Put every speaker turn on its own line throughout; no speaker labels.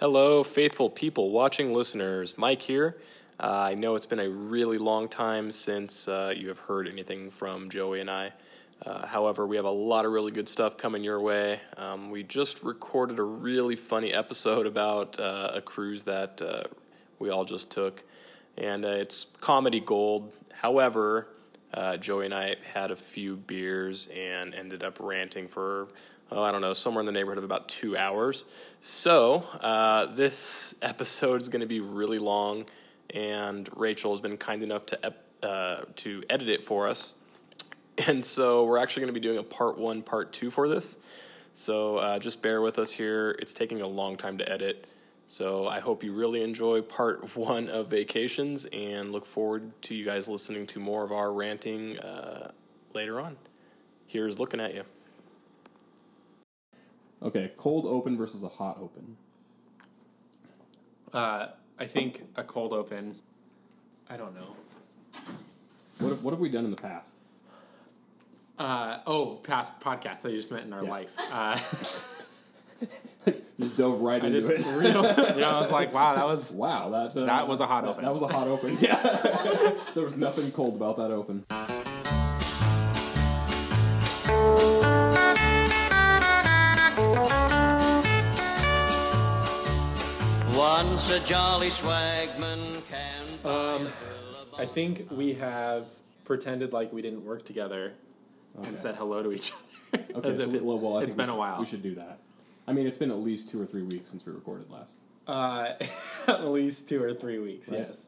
Hello, faithful people, watching listeners. Mike here. Uh, I know it's been a really long time since uh, you have heard anything from Joey and I. Uh, however, we have a lot of really good stuff coming your way. Um, we just recorded a really funny episode about uh, a cruise that uh, we all just took, and uh, it's comedy gold. However, uh, Joey and I had a few beers and ended up ranting for, oh, I don't know, somewhere in the neighborhood of about two hours. So, uh, this episode is going to be really long, and Rachel has been kind enough to, ep- uh, to edit it for us. And so, we're actually going to be doing a part one, part two for this. So, uh, just bear with us here. It's taking a long time to edit. So, I hope you really enjoy part one of Vacations and look forward to you guys listening to more of our ranting uh, later on. Here's looking at you.
Okay, cold open versus a hot open.
Uh, I think a cold open. I don't know.
What, what have we done in the past?
Uh, oh, past podcast. I just meant in our
Yeah.
life. Uh,
Just dove right into
just
it.
real. Yeah, I was like, wow, that was.
Wow, that uh,
That was a hot open.
That was a hot open. Yeah, there was nothing cold about that open.
Once a jolly swagman can.
I think we have pretended like we didn't work together and said hello to each other.
Okay,
As
so
if
we-
it's,
well, well, I
it's
think we
been a
should-
while.
We should do that. I mean, it's been at least two or three weeks since we recorded last.
Uh, at least two or three weeks.
Right.
Yes.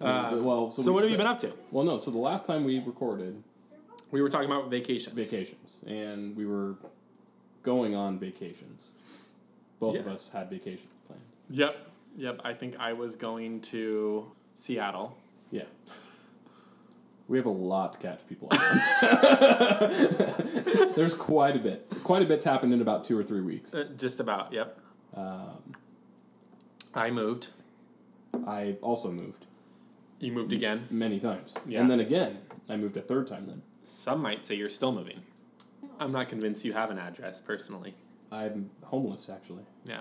I mean, well, so,
Uh, So
we-
what have you been up to?
Well, no. So the last time we recorded
We were talking about vacations.
vacations, and we were going on vacations. Both of
Yeah.
us had vacations planned.
Yep. Yep. I think I was going to Seattle.
Yeah. We have a lot to catch people up on. There's quite a bit. Quite a bit's happened in about two or three weeks.
Uh, just about. Yep.
Um,
I moved.
I also moved
You moved again.
many times.
Yeah.
And then again, I moved a third time then.
Some might say you're still moving. I'm not convinced you have an address personally.
I'm homeless, actually.
Yeah.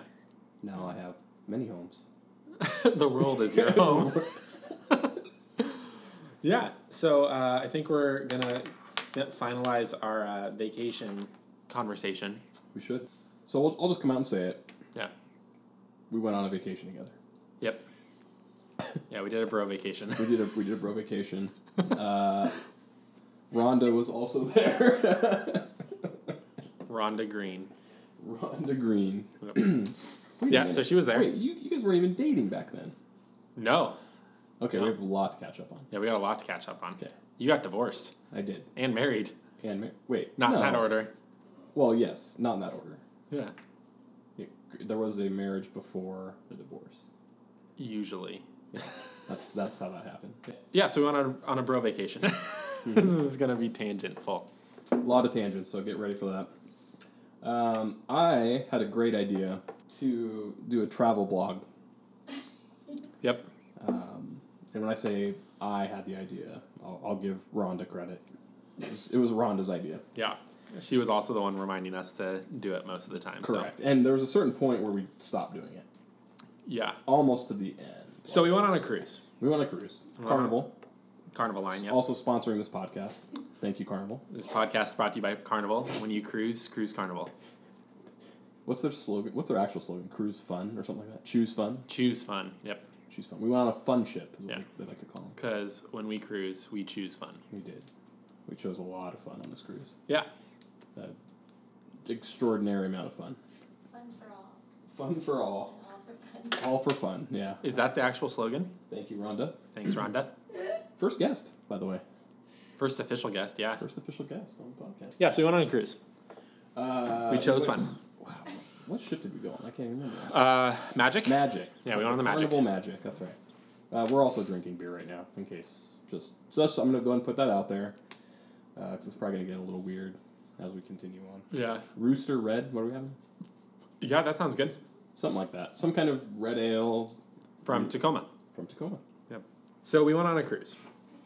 Now I have many homes.
the world is your home. yeah. So uh, I think we're going to finalize our uh, vacation conversation.
We should. So I'll, I'll just come out and say it.
Yeah.
We went on a vacation together.
Yep. Yeah, we did a bro vacation.
We did a, we did a bro vacation. Uh, Rhonda was also there.
Rhonda Green.
Rhonda Green. Wait a
Yeah,
minute.
so she was there.
Wait, you, you guys weren't even dating back then.
No.
Okay, we have a lot to catch up on.
Yeah, we got a lot to catch up on.
Okay.
You got divorced
I did.
and married.
And ma- wait,
Not
no.
in that order.
Well, yes, not in that order.
Yeah.
It, there was a marriage before the divorce.
Usually.
That's that's how that happened.
Yeah, so we went on a, on a bro vacation.
Mm-hmm.
this is going to be tangentful.
A lot of tangents, so get ready for that. Um, I had a great idea to do a travel blog,
Yep.
and when I say I had the idea, I'll, I'll give Rhonda credit. It was, it was Rhonda's idea.
Yeah. She was also the one reminding us to do it most of the time.
Correct.
So,
And there was a certain point where we stopped doing it,
yeah.
almost to the end.
So we went on a cruise,
We went on a cruise, Carnival,
Carnival Line. Yeah.
also sponsoring this podcast. Thank you, Carnival.
this podcast is brought to you by Carnival. When you cruise, cruise Carnival.
What's their slogan? What's their actual slogan? Cruise fun or something like that. Choose fun.
Choose fun. Yep.
Choose fun. We went on a fun ship. Is what
Yeah.
they, they like to call them.
Because when we cruise, we choose fun.
We did. We chose a lot of fun on this cruise.
Yeah.
Uh, extraordinary amount of fun.
Fun for all,
Fun for all.
all for fun.
All for fun. Yeah.
Is that the actual slogan?
Thank you, Rhonda.
Thanks, Rhonda.
First guest, by the way.
First official guest. Yeah.
First official guest on the podcast.
Yeah. So we went on a cruise.
Uh,
We chose
what-
fun.
Wow. What ship did we go on? I can't even remember.
Uh, magic.
Magic.
Yeah, we went on the Magic.
Carnival Magic. That's right. Uh, we're also drinking beer right now, in case. Just, just I'm gonna go and put that out there, because it's probably gonna get a little weird as we continue on.
yeah.
Rooster Red. What are we having?
Yeah. That sounds good.
Something like that. Some kind of red ale Mm.
From Tacoma.
from Tacoma.
Yep. So we went on a cruise.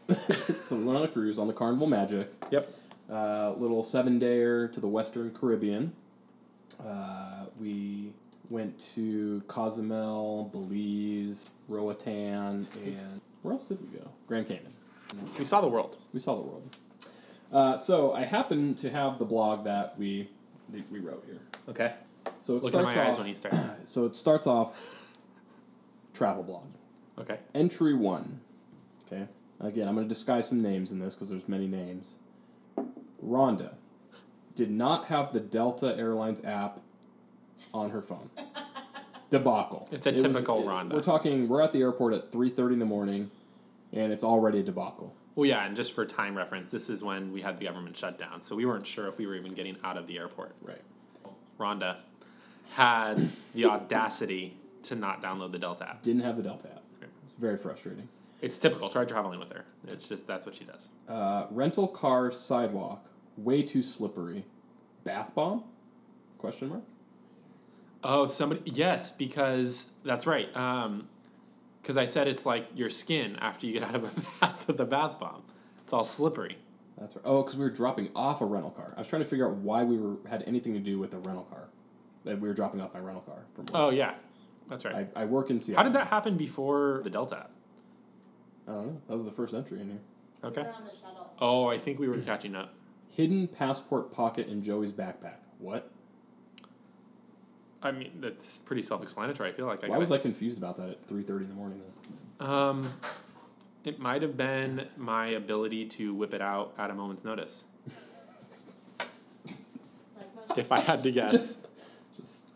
so we went on a cruise on the Carnival Magic,
Yep.
uh, little seven dayer to the Western Caribbean. Uh, we Went to Cozumel, Belize, Roatan, and where else did we go? Grand Canyon.
We saw the world.
We saw the world. Uh, so I happen to have the blog that we that we wrote here.
Okay.
So it
Look in
starts
my
off, Uh,
eyes when you start.
So it starts off travel blog.
Okay.
Entry one. Okay. Again, I'm going to disguise some names in this because there's many names. Rhonda did not have the Delta Airlines app on her phone. debacle.
It's a
was-
typical Rhonda.
We're talking. We're at the airport at 3:30 in the morning, and it's already a debacle.
Well, yeah, and just for time reference, this is when we had the government shutdown, so we weren't sure if we were even getting out of the airport.
Right.
Rhonda had the audacity to not download the Delta app.
Didn't have the Delta app. It's very frustrating.
It's typical. Try traveling with her. It's just that's what she does.
Uh, rental car sidewalk way too slippery. Bath bomb? Question mark.
Oh, somebody. Yes, because that's right. Um, because I said it's like your skin after you get out of a bath with a bath bomb. It's all slippery.
That's right. Oh, because we were dropping off a rental car. I was trying to figure out why we were had anything to do with a rental car. That we were dropping off my rental car from work.
Oh yeah, that's right.
I, I work in Seattle.
How did that happen before the Delta app?
I don't know. That was the first entry in here.
Okay.
We're on the shuttle.
Oh, I think we were catching up.
Hidden passport pocket in Joey's backpack. What?
I mean, that's pretty self-explanatory. I feel like I
Why
got
was
it.
I confused about that at three thirty in the morning? Though?
Um, it might have been my ability to whip it out at a moment's notice.
Like most
If I had to guess.
Just, just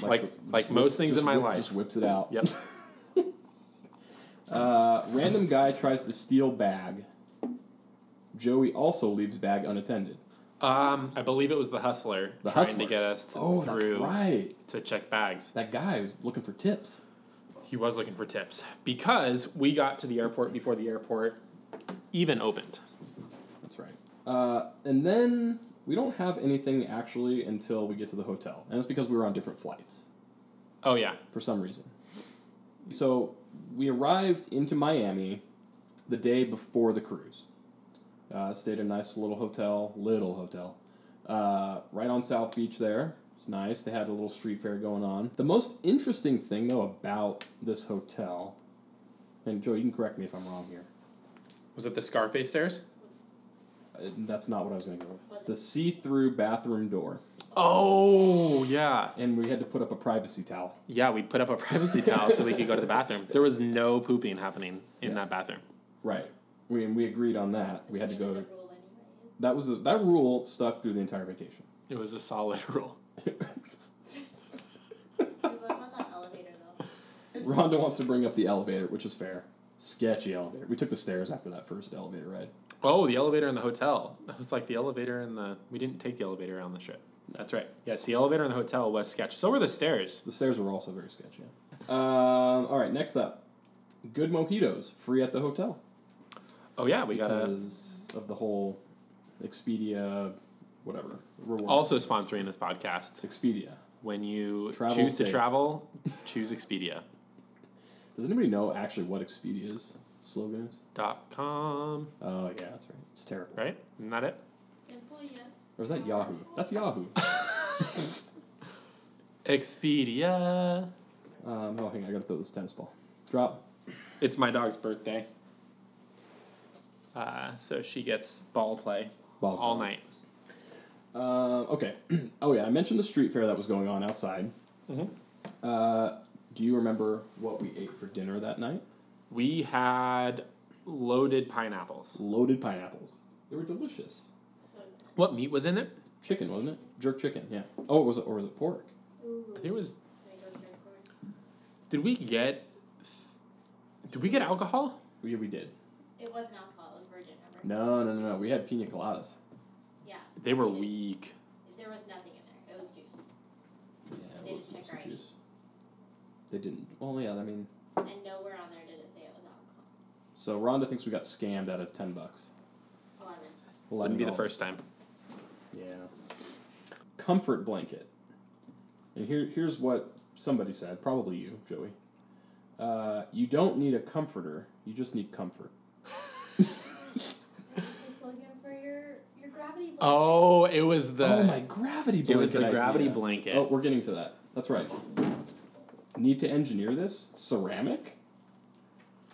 Like- like most things
just
in my
whip-
life.
just whips it out.
yep.
Uh, random guy tries to steal bag. Joey also leaves bag unattended.
Um, I believe it was the hustler
The
trying
hustler.
to get us to,
Oh, that's
through
right.
to check bags.
That guy was looking for tips.
He was looking for tips because we got to the airport before the airport even opened.
That's right. Uh, and then we don't have anything actually until we get to the hotel, and it's because we were on different flights
Oh yeah,
for some reason. So we arrived into Miami the day before the cruise. Uh, stayed in a nice little hotel, little hotel, uh, right on South Beach there. It's nice. They had a little street fair going on. The most interesting thing though about this hotel, and Joe, you can correct me if I'm wrong here.
was it the Scarface stairs?
Uh, That's not what I was going to go with. The see-through bathroom door.
Oh yeah,
and we had to put up a privacy towel.
yeah. We put up a privacy towel so we could go to the bathroom. There was no pooping happening in that bathroom.
Right. We, and we agreed on that. We had to
it was
go.
a rule anyway.
That was a, that rule stuck through the entire vacation.
It was a solid rule.
Who goes on the elevator though?
Rhonda wants to bring up the elevator, which is fair. Sketchy elevator. We took the stairs after that first elevator ride.
Oh, the elevator in the hotel. That was like the elevator in the. We didn't take the elevator on the trip. That's right. Yes, the elevator in the hotel was sketch. So were the stairs.
The stairs were also very sketchy. Um, all right, next up, good mojitos free at the hotel
Oh yeah, we got a.
because of the whole Expedia, whatever. Rewards.
Also sponsoring this podcast.
Expedia.
When you
Travel
choose
safe.
to travel, choose Expedia.
Does anybody know actually what Expedia's slogan is?
Dot com.
Oh yeah, that's right. It's terrible.
Right? Isn't that it?
Simple, yeah.
Or is that Yahoo? That's Yahoo.
Expedia.
Um, oh, hang on, I gotta throw this tennis ball. Drop.
It's my dog's birthday. Uh, so she gets ball play
Balls
all
gone.
night.
Um, okay. oh yeah, I mentioned the street fair that was going on outside.
Mm-hmm.
Uh, do you remember what we ate for dinner that night?
We had loaded pineapples.
Loaded pineapples. They were delicious.
What meat was in it?
Chicken, wasn't it? Jerk chicken. Yeah. Oh, was it or was it pork?
Ooh.
I think it was
There goes your cord.
Did we get? Did we get alcohol?
Yeah, we did.
It wasn't alcohol. It was virgin. Remember?
No, no, no, no. We had pina coladas.
Yeah.
They were
It-
weak.
There was nothing in there. It was juice.
Yeah,
They
it
didn't
was
check right.
juice. They didn't. Well, yeah. I mean,
And nowhere on there did it say it was alcohol.
so Rhonda thinks we got scammed out of ten bucks.
Eleven.
Wouldn't be the
$11.
first time.
Yeah. Comfort blanket. And here, here's what somebody said, probably you, Joey. Uh, you don't need a comforter, you just need comfort.
Just looking for your your gravity. ball.
Oh, it was the.
oh, my gravity blanket.
It was the
idea.
gravity blanket.
Oh, we're getting to that. That's right. Need to engineer this? Ceramic?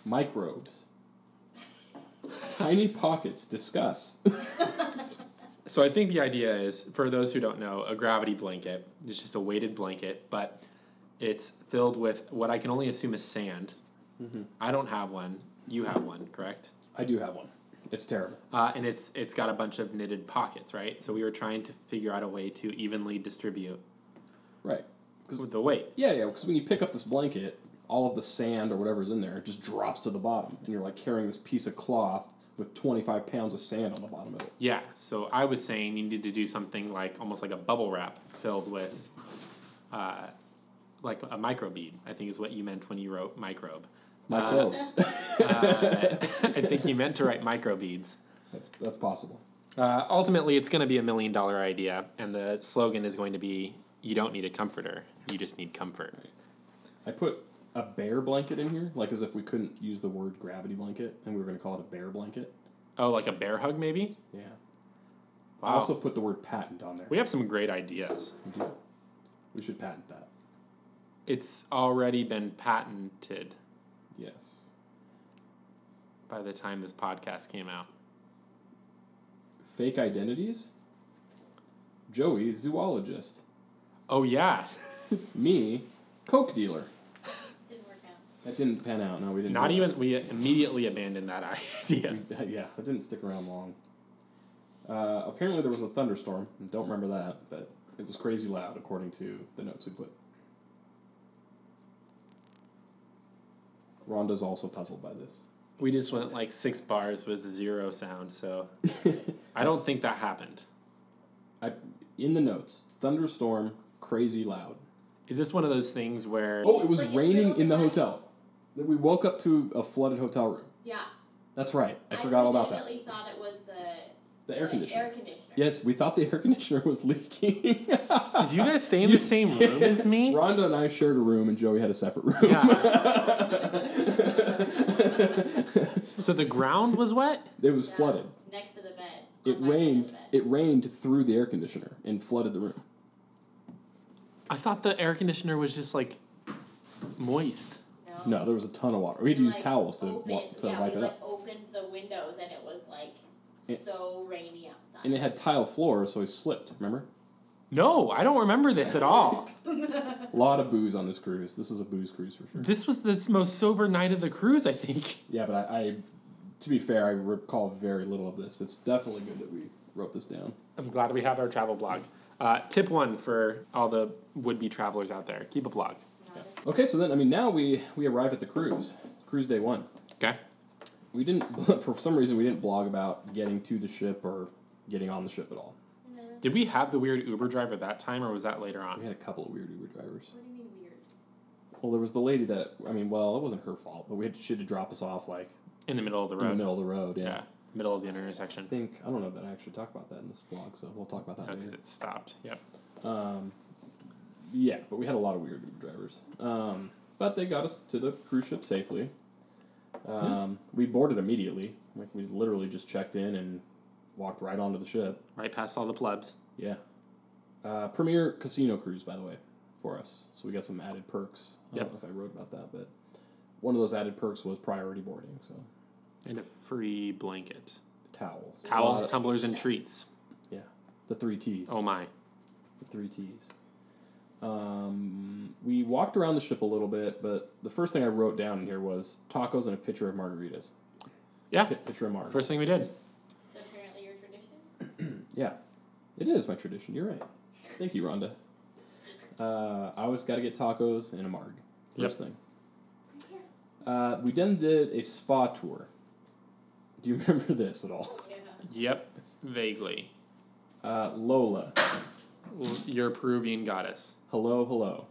Microbes. Tiny pockets. Discuss.
So I think the idea is, for those who don't know, a gravity blanket. It's just a weighted blanket, but it's filled with what I can only assume is sand.
Mm-hmm.
I don't have one. You have one, correct?
I do have one. It's terrible.
Uh, and it's it's got a bunch of knitted pockets, right? So we were trying to figure out a way to evenly distribute
Right.
the weight.
Yeah, yeah, because when you pick up this blanket, all of the sand or whatever's in there just drops to the bottom, and you're like carrying this piece of cloth with 25 pounds of sand on the bottom of it.
Yeah. So I was saying you needed to do something like almost like a bubble wrap filled with, uh, like a microbead. I think is what you meant when you wrote microbe.
My clothes.
I think you meant to write microbeads.
that's, that's possible.
Uh, ultimately, it's going to be a million dollar idea, and the slogan is going to be you don't need a comforter, you just need comfort.
I put a bear blanket in here, like as if we couldn't use the word gravity blanket, and we were going to call it a bear blanket.
Oh, like a bear hug, maybe?
Yeah.
Wow.
I also put the word patent on there.
we have some great ideas.
We should patent that.
It's already been patented
Yes.
by the time this podcast came out.
Fake identities? Joey, zoologist.
Oh, yeah.
Me, coke dealer.
Didn't work out.
That didn't pan out. No, we didn't.
Not
do that.
even, we immediately abandoned that idea.
yeah, that didn't stick around long. Uh, apparently, there was a thunderstorm. I Don't remember that, but it was crazy loud, according to the notes we put. Rhonda's also puzzled by this.
We just went like six bars with zero sound, so I don't think that happened.
I in the notes thunderstorm, crazy loud.
Is this one of those things where.
Oh, it was
Like, it's
raining
real
in the
bad.
hotel. That we woke up to a flooded hotel room.
Yeah.
That's right. I forgot all about
I
that.
legitimately thought it was the
The air
the
conditioner.
Air conditioner.
Yes, we thought the air conditioner was leaking.
Did you guys stay in the same room as me?
Rhonda and I shared a room, and Joey had a separate room.
Yeah. so the ground was wet?
It was
Yeah.
flooded.
Next to the bed.
It
on my side of
rained.
the bed.
It rained through the air conditioner and flooded the room.
I thought the air conditioner was just like moist.
No, there was a ton of water. We had to
We,
use
like,
towels to
opened,
wa- to
yeah,
wipe
we,
it
like,
up,
Opened the windows and it was like
It-
so rainy outside.
and it had tile floors, so I slipped. Remember?
No, I don't remember this at all.
A lot of booze on this cruise. This was a booze cruise for sure.
This was the most sober night of the cruise, I think.
Yeah, but I, I to be fair, I recall very little of this. It's definitely good that we wrote this down.
I'm glad we have our travel blog. Uh, tip one for all the would be travelers out there keep a blog.
No, this-
Okay, so then I mean now we we arrive at the cruise, cruise day one.
Okay.
We didn't for some reason we didn't blog about getting to the ship or getting on the ship at all.
Did we have the weird Uber driver that time or was that later
We
on?
had a couple of weird Uber drivers.
What do you mean weird?
Well, there was the lady that I mean, well, it wasn't her fault, but we had she had to drop us off like
In the middle of the
in
road.
the middle of the road. Yeah.
Yeah. Middle of the
I
intersection.
think I don't know that I actually talked about that in this vlog, so we'll talk about that
Because
later.
it stopped. Yep.
Yeah, but we had a lot of weird Uber drivers. Um, but they got us to the cruise ship safely. Um, We boarded immediately. Like we literally just checked in and walked right onto the ship.
Right past all the plebs.
Yeah. Uh, premier casino cruise, by the way, for us. So we got some added perks. I
Yep.
don't know if I wrote about that, but one of those added perks was priority boarding. So
And a free blanket.
towels,
Towels,
A lot of-
tumblers, and treats.
Yeah, the three T's.
Oh my.
The three T's. Um, we walked around the ship a little bit, but the first thing I wrote down in here was tacos and a pitcher of margaritas.
Yeah.
Pi- Pitcher of marg.
First thing we did.
That's apparently your tradition.
Yeah, it is my tradition. You're right. Thank you, Rhonda. Uh, I always got to get tacos and a marg. First thing. Uh, we then did a spa tour. Do you remember this at all?
Yeah.
Yep. Vaguely.
Uh, Lola.
L- Your Peruvian goddess.
Hello, hello.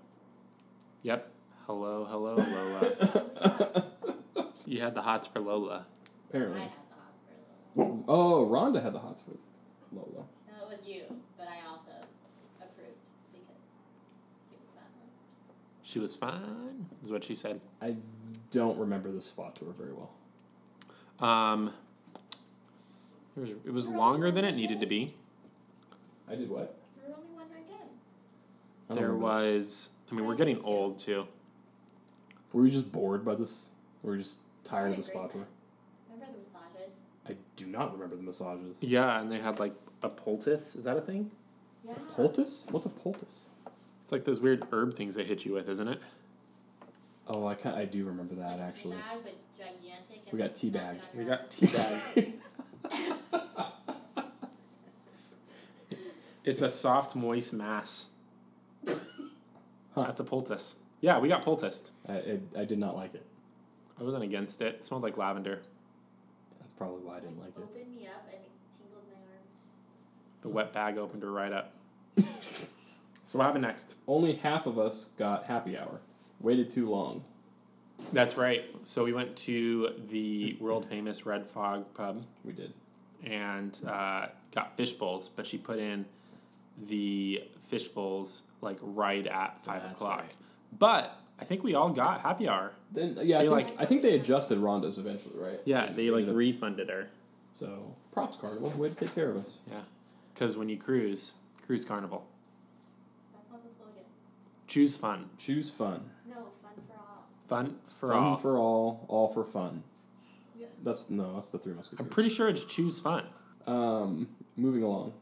Yep. Hello, hello, Lola. you had the hots for Lola.
I
Apparently.
had the hots for a little.
Oh, Rhonda had the hot food. Lola.
No, it was you, but I also approved because she was bad.
She was fine, is what she said.
I don't remember the spa tour very well.
Um, it was it was longer than it needed to be.
I did what?
There were only one right then.
I don't
There
remember this.
was, I mean, we're getting old too.
Were you just bored by this? Were you just tired of
Had
the
a great
spots?
time.
Where
Remember the massages?
I do not remember the massages.
Yeah, and they had like a poultice. Is that a thing?
Yeah.
Poultice? What's a poultice?
It's like those weird herb things they hit you with, isn't it?
Oh, I can I do remember that
Like
actually.
teabag, but gigantic. and
We got
they smack it
teabagged.
on
We
your
got tea bag. it's a soft, moist mass. That's a poultice. Yeah, we got poulticed.
I, I, I did not like it.
I wasn't against it. It smelled like lavender.
That's probably why I didn't like it.
Opened me up and it tingled my arms.
The wet bag opened her right up. so what happened next?
Only half of us got happy hour. Waited too long.
That's right. So we went to the world famous Red Fog pub
We did.
and uh, got fish bowls, but she put in the fish bowls like right at five
That's
o'clock.
right.
But I think we all got happy hour.
Then yeah, I
They,
think,
like-
I think they adjusted Ronda's eventually, right?
Yeah, they like refunded her.
So props Carnival, way to take care of us.
Yeah, because when you cruise, cruise carnival,
That's not the slogan.
choose fun,
Choose fun.
No, fun for all.
fun for
fun
all.
for all, all for fun.
Yeah.
That's no, that's the three
I'm
musketeers.
pretty sure it's choose fun.
Um, moving along.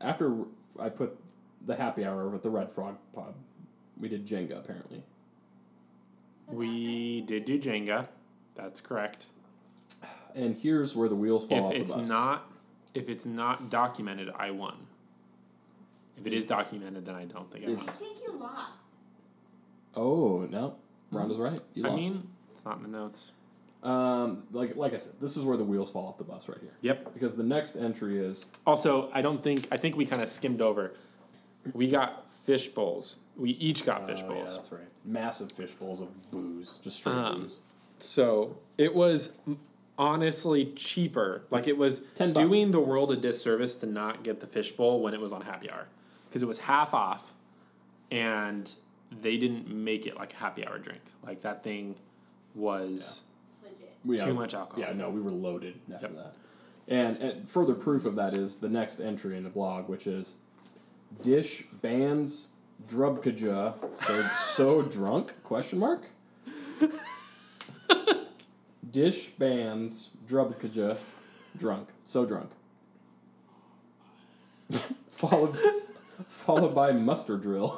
After I put the happy hour over at the Red Frog Pub, we did Jenga apparently.
We did do Jenga. That's correct.
And here's where the wheels fall off
if it's
the bus.
not if it's not documented, I won. If it is documented, then I don't think I won.
I think you lost.
oh no, Rhonda's right. You
Hmm. I
lost.
mean, it's not in the notes.
um, like like I said, this is where the wheels fall off the bus right here.
Yep.
Because the next entry is
Also, I don't think I think we kind of skimmed over. We got fish bowls. We each got fish
Oh, yeah,
bowls.
that's right. Massive fish bowls of booze, just straight
Um,
booze.
So it was honestly cheaper. Like it was
10 bucks.
doing the world a disservice to not get the fishbowl when it was on happy hour because it was half off, and they didn't make it like a happy hour drink. Like that thing was
Legit.
We
too much alcohol.
Yeah, no, we were loaded after that. And, and further proof of that is the next entry in the blog, which is Dish bans Drubkaja so so drunk question mark. Dish bans Drubkaja drunk so drunk. followed followed by muster drill,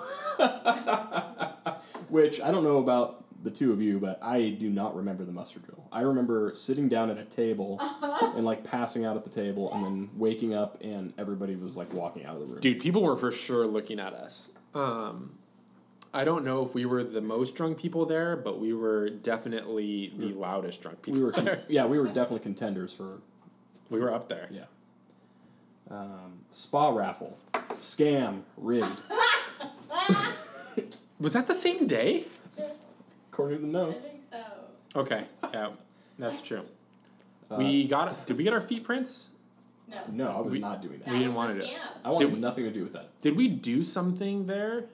which I don't know about the two of you, but I do not remember the muster drill. I remember sitting down at a table and like passing out at the table, and then waking up and everybody was like walking out of the room.
dude, people were for sure looking at us. Um, I don't know if we were the most drunk people there, but we were definitely the loudest drunk people.
Mm. We were, con-
there.
yeah, we were definitely contenders for,
we were up there.
yeah. Um, spa raffle, scam, rigged.
Was that the same day?
According to the
I
notes,
think so.
Okay, yeah, that's true. we got. Did we get our feet prints?
No.
no, I was
We-
not doing
That
that.
was
didn't wanna
the
do it. Uh,
scam.
I wanted
Did we-
nothing to do with that.
Did we do something there?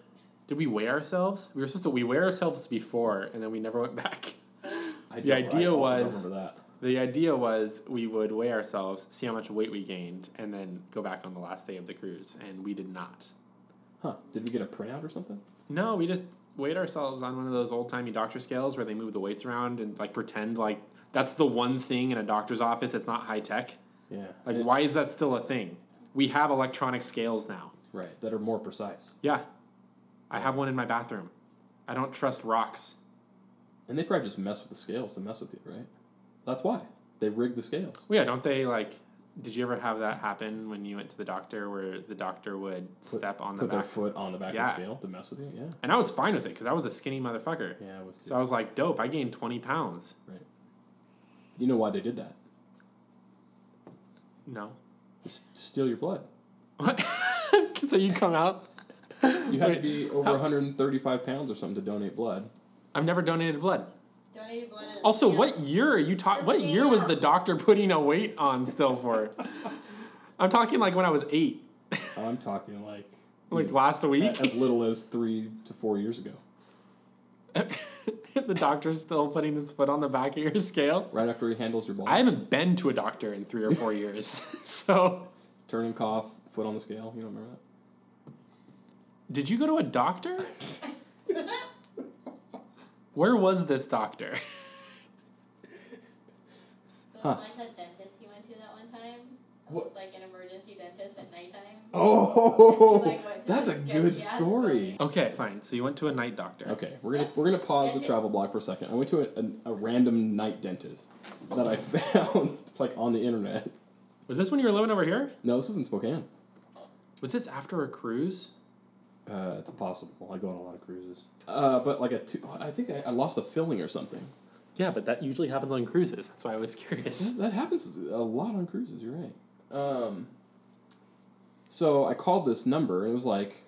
Did we weigh ourselves? We were supposed to. We weigh ourselves before, and then we never went back.
I
The idea
I also don't
was-
remember that.
The idea was we would weigh ourselves, see how much weight we gained, and then go back on the last day of the cruise. And we did not.
Huh? Did we get a printout or something?
No, we just weighed ourselves on one of those old timey doctor scales where they move the weights around and like pretend like that's the one thing in a doctor's office that's not high tech.
Yeah.
Like,
And-
why is that still a thing? We have electronic scales now.
Right. That are more precise,
Yeah. I have one in my bathroom. I don't trust rocks.
and they probably just mess with the scales to mess with you, right? That's why they rigged the scales.
Well, yeah, don't they like did you ever have that happen when you went to the doctor where the doctor would
Put-
step on the
put
back?
their foot on the back
Yeah.
of the scale to mess with you. Yeah.
And I was fine with it because I was a skinny motherfucker.
Yeah. It was
So I was like, dope, I gained 20 pounds.
right. You know why they did that?
No.
Just steal your blood.
What? so you come out?
You had to be over 135 pounds or something to donate blood.
I've never donated blood.
Donated blood. at a
Also,
scam.
what year are you talking?
Just
What
being
year was
out.
the doctor putting a weight on still for? I'm talking like when I was eight,
I'm talking like
like last week.
as little as three to four years ago,
the doctor's still putting his foot on the back of your scale.
right after he handles your balls.
I haven't been to a doctor in three or four years, so
turn and cough, foot on the scale. You don't remember that?
did you go to a doctor? Where was this doctor?
The
Huh.
Limehead dentist he went to that one time. It
What-
was like an emergency dentist at nighttime.
Oh,
Like what
that's a
Jessica
good
Biel-
story.
Okay, fine. So you went to a night doctor.
Okay, we're gonna we're gonna pause the travel blog for a second. I went to a, a, a random night dentist that I found like on the internet.
Was this when you were living over here?
No, this was in Spokane.
Was this after a cruise?
Uh, it's possible. I go on a lot of cruises. Uh, but like a two, I think I, I lost a filling or something.
Yeah, but that usually happens on cruises. That's why I was curious.
That happens a lot on cruises. You're right. Um, so I called this number and it was like,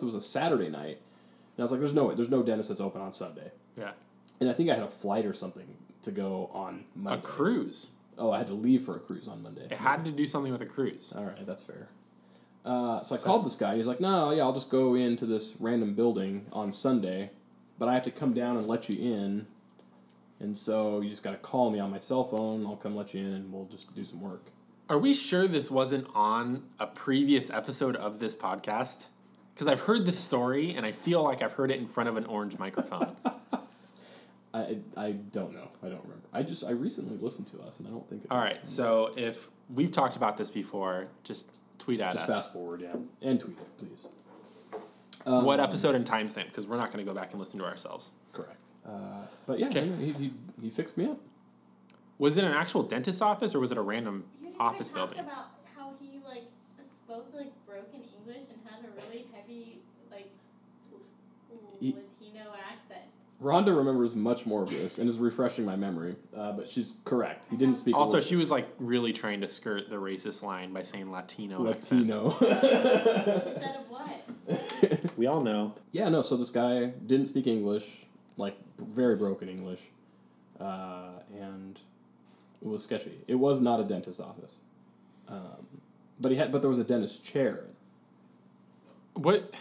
it was a Saturday night, and I was like, "There's no way. There's no dentist that's open on Sunday."
Yeah.
And I think I had a flight or something to go on
A
Monday.
cruise.
Oh, I had to leave for a cruise on Monday.
It had to do something with a cruise.
All right, that's fair. Uh, so I called this guy. He's like, "No, yeah, I'll just go into this random building on Sunday, but I have to come down and let you in. And so you just got to call me on my cell phone. I'll come let you in, and we'll just do some work."
Are we sure this wasn't on a previous episode of this podcast? Because I've heard this story and I feel like I've heard it in front of an orange microphone.
I I I don't know. I don't remember. I just I recently listened to us, and I don't think. It
All
was-
right, so if we've talked about this before, just tweet at
Just
us.
fast forward, yeah, and tweet it, please. Um,
what episode and timestamp? Because we're not going to go back and listen to ourselves.
Correct. Uh, but yeah,
Okay.
he, he he fixed me up.
Was it an actual dentist office or was it a random
You didn't
office
even talk
building?
about how he like spoke like broken English and had a really heavy like
He-
Latino accent.
Rhonda remembers much more of this and is refreshing my memory, uh, but she's correct. He didn't speak. a
Also,
word.
she was like really trying to skirt the racist line by saying Latino. accent.
Latino.
Instead of what?
We all know.
yeah, no. So this guy didn't speak English, like very broken English, uh, and it was sketchy. It was not a dentist office, um, but he had. But there was a dentist chair.
What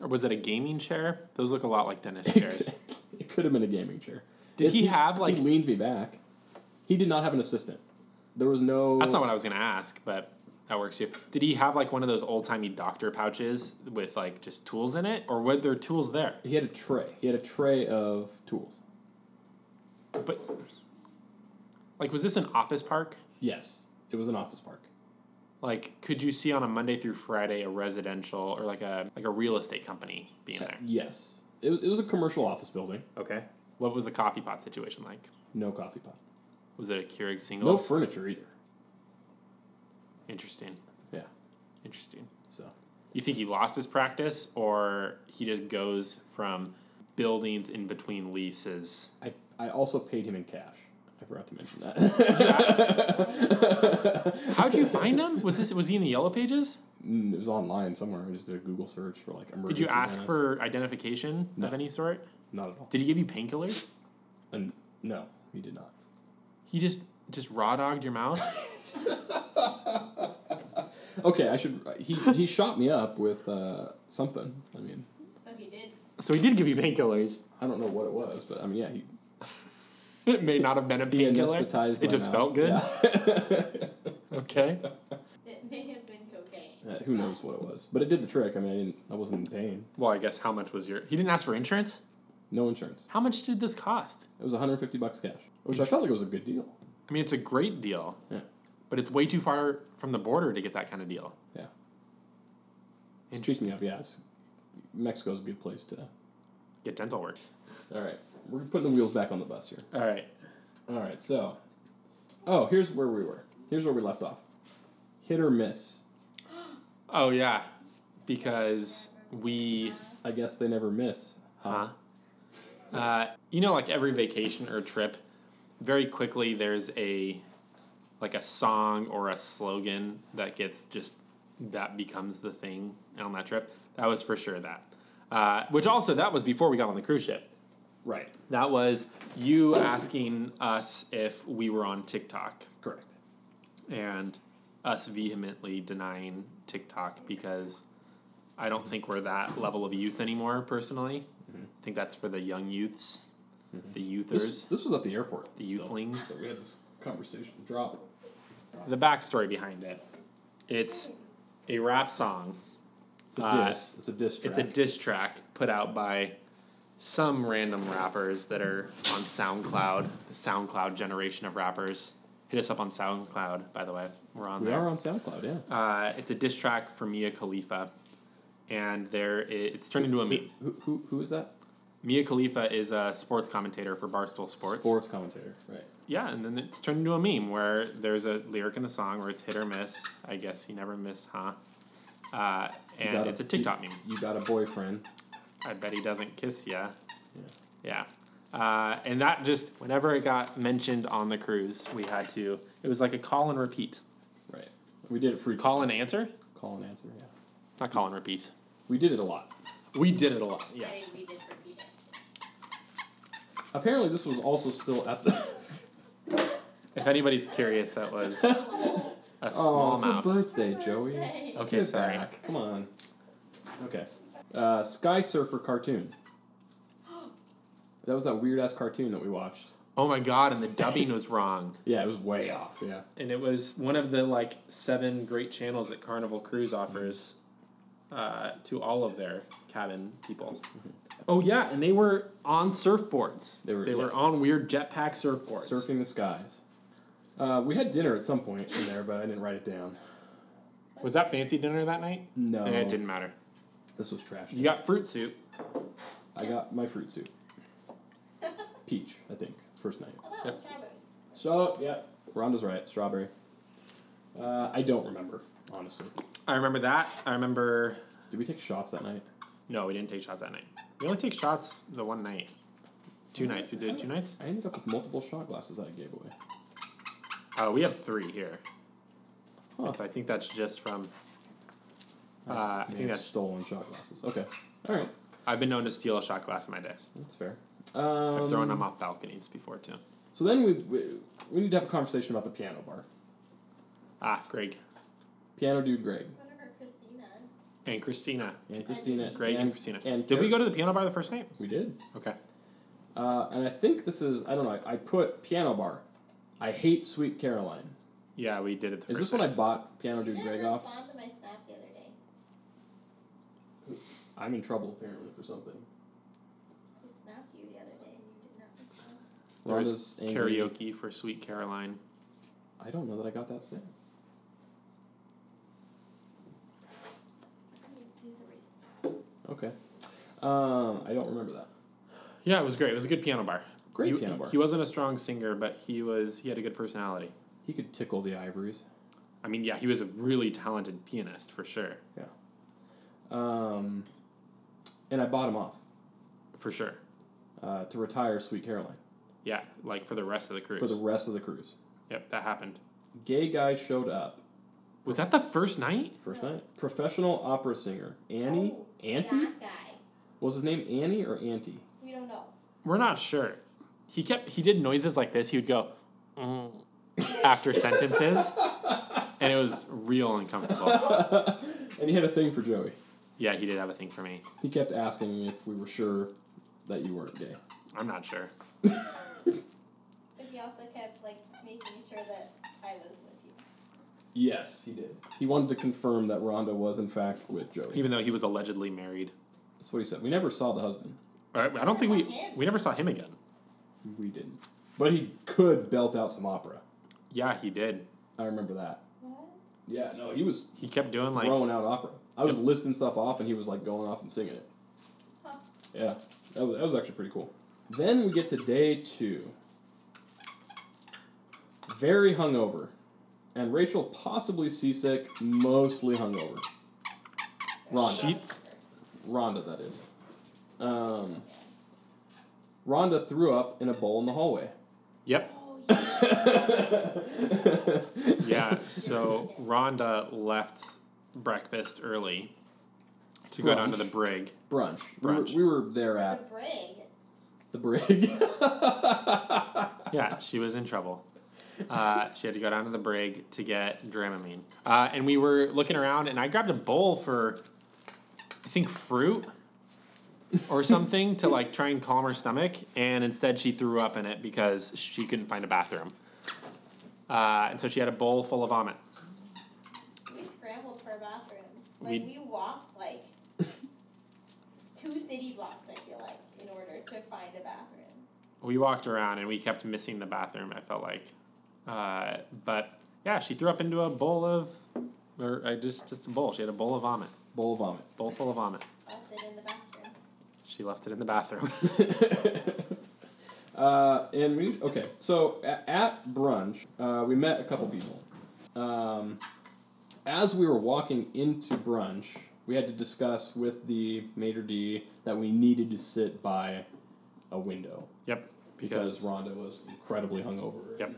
or was it? A gaming chair? Those look a lot like dentist chairs.
it could have been a gaming chair.
Did
It-
he have, like-
He leaned me back. He did not have an assistant. There was no.
That's not what I was gonna ask, but that works too. Did he have like one of those old timey doctor pouches with like just tools in it, or were there tools there?
He had a tray. He had a tray of tools.
But like, was this an office park?
Yes, it was an office park.
Like, could you see on a Monday through Friday a residential or like a like a real estate company being there?
Yes, it was, it was a commercial office building.
Okay. What was the coffee pot situation like?
No coffee pot.
Was it a Keurig single?
No furniture either.
Interesting.
Yeah.
Interesting.
So
You think he lost his practice, or he just goes from buildings in between leases?
I I also paid him in cash. I forgot to mention that.
How'd you find him? Was this was he in the Yellow Pages?
Mm, it was online somewhere. I just did a Google search for like emergency.
Did you ask
dentist.
for identification
No.
of any sort?
Not at all.
Did he give you painkillers?
And no, he did not.
He just just raw dogged your mouth.
Okay, I should. uh, He he shot me up with uh, something. I mean,
So Oh, he did.
so he did give you painkillers.
I don't know what it was, but I mean, yeah, he
It may not have been a painkiller.
anesthetized.
It
my
just
mouth.
felt good.
Yeah.
Okay.
It may have been cocaine.
Uh, who knows what it was, but it did the trick. I mean, I didn't. I wasn't in pain.
Well, I guess how much was your? He didn't ask for insurance.
No insurance.
How much did this cost?
It was 150 bucks cash, which I felt like it was a good deal.
I mean, it's a great deal,
Yeah,
but it's way too far from the border to get that kind of deal.
yeah. It cheaped me up. Yeah, it's, Mexico's a good place to.
Get dental work.
All right, we're putting the wheels back on the bus here.
All right.
All right, so, oh, here's where we were. Here's where we left off. Hit or miss.
Oh yeah, because we,
I guess they never miss.
huh? Uh, you know, like every vacation or trip, very quickly there's a, like a song or a slogan that gets just that becomes the thing on that trip. That was for sure that. Uh, which also that was before we got on the cruise ship.
Right.
That was you asking us if we were on TikTok
Correct.
and us vehemently denying TikTok because I don't think we're that level of youth anymore, personally. I think that's for the young youths, the
This,
youthers,
this was at the airport.
the
still.
youthlings.
So we had this conversation. Drop.
The backstory behind it it's a rap song,
It's a
Uh,
diss. It's a diss. Track.
it's a diss track put out by some random rappers that are on SoundCloud, the SoundCloud generation of rappers. Hit us up on SoundCloud, by the way. We're on
We
there.
are on SoundCloud, yeah.
Uh, it's a diss track for Mia Khalifa, and there it, it's turned into a meme.
Who, who, who is that?
Mia Khalifa is a sports commentator for Barstool Sports.
commentator, right.
Yeah, and then it's turned into a meme where there's a lyric in the song where it's hit or miss. I guess you never miss, huh? Uh,
You
and
got
it's a TikTok meme.
You got a boyfriend.
I bet he doesn't kiss ya. Yeah. Uh, and that just, whenever it got mentioned on the cruise, we had to, it was like a call and repeat.
Right. We did it free call.
Call and answer?
Call and answer, yeah.
Not call and repeat.
We did it a lot.
We did it a lot, yes.
I, we did repeat it.
Apparently, this was also still at the.
If anybody's curious, that was a
oh,
small
it's my
mouse.
birthday, Joey.
Hey.
Okay,
Get
sorry.
back. Come on. Okay. Uh, Sky Surfer cartoon. That was that weird ass cartoon that we watched.
Oh my god, and the dubbing was wrong.
Yeah, it was way off. Yeah.
and it was one of the like seven great channels that Carnival Cruise offers uh, to all of their cabin people. Oh yeah, and they were on surfboards.
They were- yeah.
on weird jetpack surfboards.
Surfing the skies. Uh, we had dinner at some point in there, but I didn't write it down.
Was that fancy dinner that night?
No.
Eh, it didn't matter.
This was trash.
You got fruit soup.
I got my fruit soup. Peach, I think, first night.
Oh, that was strawberry.
So, yeah, Rhonda's right. Strawberry. Uh, I don't remember, honestly.
I remember that. I remember.
Did we take shots that night?
No, we didn't take shots that night. We only take shots the one night. Two nights. We did it two nights.
I ended up with multiple shot glasses that I gave away.
Oh, we have three here.
Huh.
So I think that's just from. Uh, I
I
think
think
that's
stolen shot glasses. Okay. All right.
I've been known to steal a shot glass in my day.
That's fair. Um,
I've thrown them off balconies before too.
So then we, we we need to have a conversation about the piano bar.
Ah, Greg
Piano dude Greg
Whatever, Christina.
and Christina.
and Christina.
Greg and,
and
Christina.
And
did we
Kara-
go to the piano bar the first night?
We did.
Okay.
Uh, and I think this is I don't know. I, I put piano bar. I hate Sweet Caroline.
Yeah, we did it. The
Is
first
this when I
night.
bought piano
You
dude
didn't
Greg
respond
off?
to my snap the other day.
I'm in trouble apparently for something.
I snapped you the other day and you did not respond.
There was
Rhonda's angry.
karaoke for Sweet Caroline.
I don't know that I got that set.
I need to do some research.
Okay. Um, I don't remember that.
Yeah, it was great. It was a good piano bar.
Great
He-
piano bar.
He wasn't a strong singer, but he was. He had a good personality.
He could tickle the ivories.
I mean, yeah, he was a really talented pianist for sure.
Yeah. Um, and I bought him off
For sure.
uh, to retire Sweet Caroline
Yeah, like for the rest of the cruise.
for the rest of the cruise.
yep, that happened.
Gay guy showed up
Was that the first night?
first night. Professional opera singer Annie.
Oh,
Auntie
That guy.
was his name Annie or Auntie?
We don't know.
We're not sure. He kept he did noises like this. He would go "Mm," after sentences, and it was real uncomfortable.
And he had a thing for Joey.
Yeah, he did have a thing for me.
He kept asking if we were sure that you weren't gay.
I'm not sure.
But he also kept like making sure that I was with you.
Yes, he did. He wanted to confirm that Rhonda was in fact with Joey.
Even though he was allegedly married,
That's what he said. We never saw the husband.
I, I don't think we we never saw him again.
We didn't. But he could belt out some opera.
Yeah, he did.
I remember that.
What?
Yeah, no, he was
He kept doing like
throwing out opera. I was listing stuff off, and he was like going off and singing it.
Huh.
Yeah, that was, that was actually pretty cool. Then we get to day two. Very hungover, and Rachel possibly seasick, mostly hungover. Rhonda,
she
Rhonda, that is. Um, Rhonda threw up in a bowl in the hallway.
Yep.
Oh, yeah.
Yeah. So Rhonda left breakfast early to go down to the
Brunch.
brig.
Brunch. We were-
Brunch.
We were, there
the
at
brig.
the brig.
Yeah, she was in trouble. Uh, she had to go down to the brig to get Dramamine. Uh, and we were looking around, and I grabbed a bowl for, I think, fruit or something to like try and calm her stomach. And instead, she threw up in it because she couldn't find a bathroom. Uh, and so she had a bowl full of vomit.
We scrambled for a bathroom. Like
We-
we, walked like two city blocks, I feel like, in order to find a bathroom.
we walked around and we kept missing the bathroom. I felt like, uh, but yeah, she threw up into a bowl of, or I just just a bowl. She had a bowl of vomit,
Bowl of vomit.
bowl full of vomit.
Left it in the bathroom.
She left it in the bathroom.
uh, and we okay. So at, at brunch, uh, we met a couple people. Um, as we were walking into brunch, we had to discuss with the maitre d that we needed to sit by a window
yep,
because Rhonda was incredibly hungover.
Yep.
and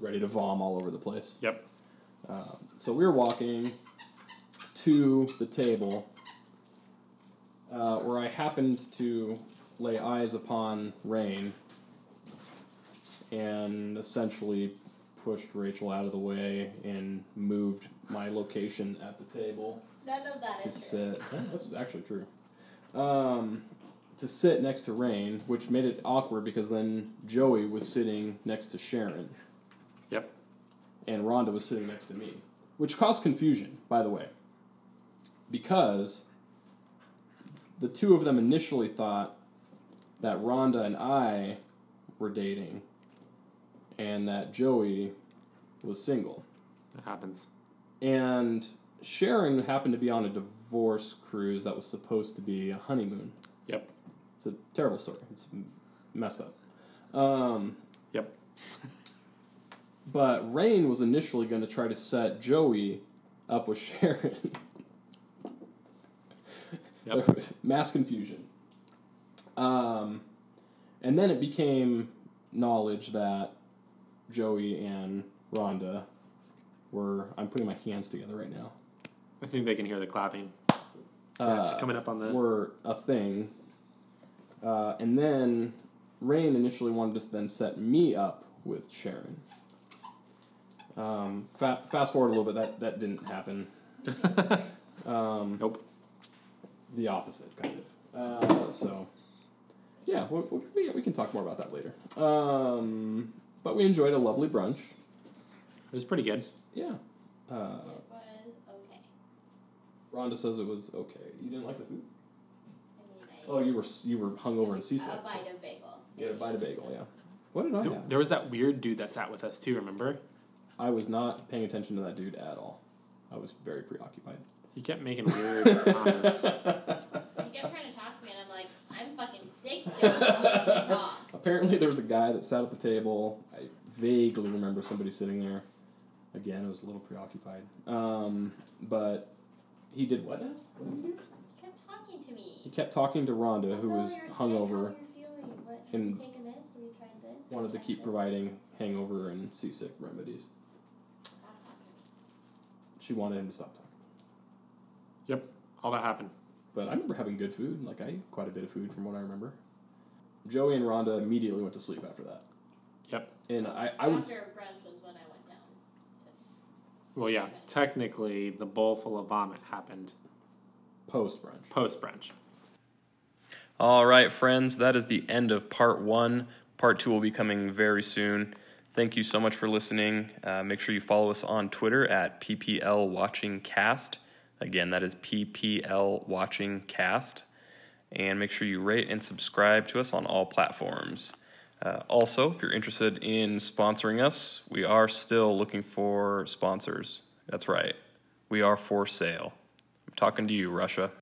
Ready to vom all over the place.
Yep.
So we were walking to the table uh, where I happened to lay eyes upon Rain and essentially pushed Rachel out of the way and moved my location at the table
None of that
to
is true.
sit. Oh, this is actually true. Um, to sit next to Rain, which made it awkward because then Joey was sitting next to Sharon
Yep.
and Rhonda was sitting next to me, which caused confusion, by the way, because the two of them initially thought that Rhonda and I were dating and that Joey was single.
It happens.
And Sharon happened to be on a divorce cruise that was supposed to be a honeymoon.
Yep.
It's a terrible story. It's messed up. Um,
Yep.
But Rain was initially going to try to set Joey up with Sharon.
Yep.
There was mass confusion. Um, and then it became knowledge that Joey and Rhonda were. I'm putting my hands together right now.
I think they can hear the clapping. Yeah,
Uh,
it's coming up on the.
were a thing. Uh, and then Rain initially wanted to then set me up with Sharon. Um, fa- fast forward a little bit, that, that didn't happen.
nope.
The opposite, kind of. Uh, so, yeah, we, we- we, we can talk more about that later. Um, but we enjoyed a lovely brunch.
It was pretty good.
Yeah. Uh,
It was okay.
Rhonda says it was okay. You didn't like the food?
I mean, I
Oh, you were you were hungover and
ate
seasick.
a
so-
bite of bagel.
You had a bite of bagel, Oh, yeah. What did I
Th-
have?
There was that weird dude that sat with us too. Remember?
I was not paying attention to that dude at all. I was very preoccupied.
He kept making weird comments.
He kept trying to talk to me, and I'm like, I'm fucking sick. Don't fucking talk.
Apparently, there was a guy that sat at the table. I vaguely remember somebody sitting there. Again, I was a little preoccupied. Um, but he did what? now? What did he do?
He kept talking to
He
me.
kept talking to Rhonda,
Oh,
who
no,
was
you're sick. How
hungover,
are you feeling? What, have
and
you taken this? Have you tried this? Have you
wanted to
tried
keep
this?
providing hangover and seasick remedies. She wanted him to stop talking.
yep. All that happened.
But I remember having good food. Like, I ate quite a bit of food from what I remember. Joey and Rhonda immediately went to sleep after that.
Yep.
And I, I would. s-
After brunch was when I went down.
Well, yeah. Technically, the bowl full of vomit happened
post brunch.
post brunch.
All right, friends, that is the end of part one. Part two will be coming very soon. Thank you so much for listening. Uh, make sure you follow us on Twitter at PPL Watching Cast. Again, that is PPL Watching Cast. And make sure you rate and subscribe to us on all platforms. Uh, also, if you're interested in sponsoring us, we are still looking for sponsors. That's right, we are for sale. I'm talking to you, Russia.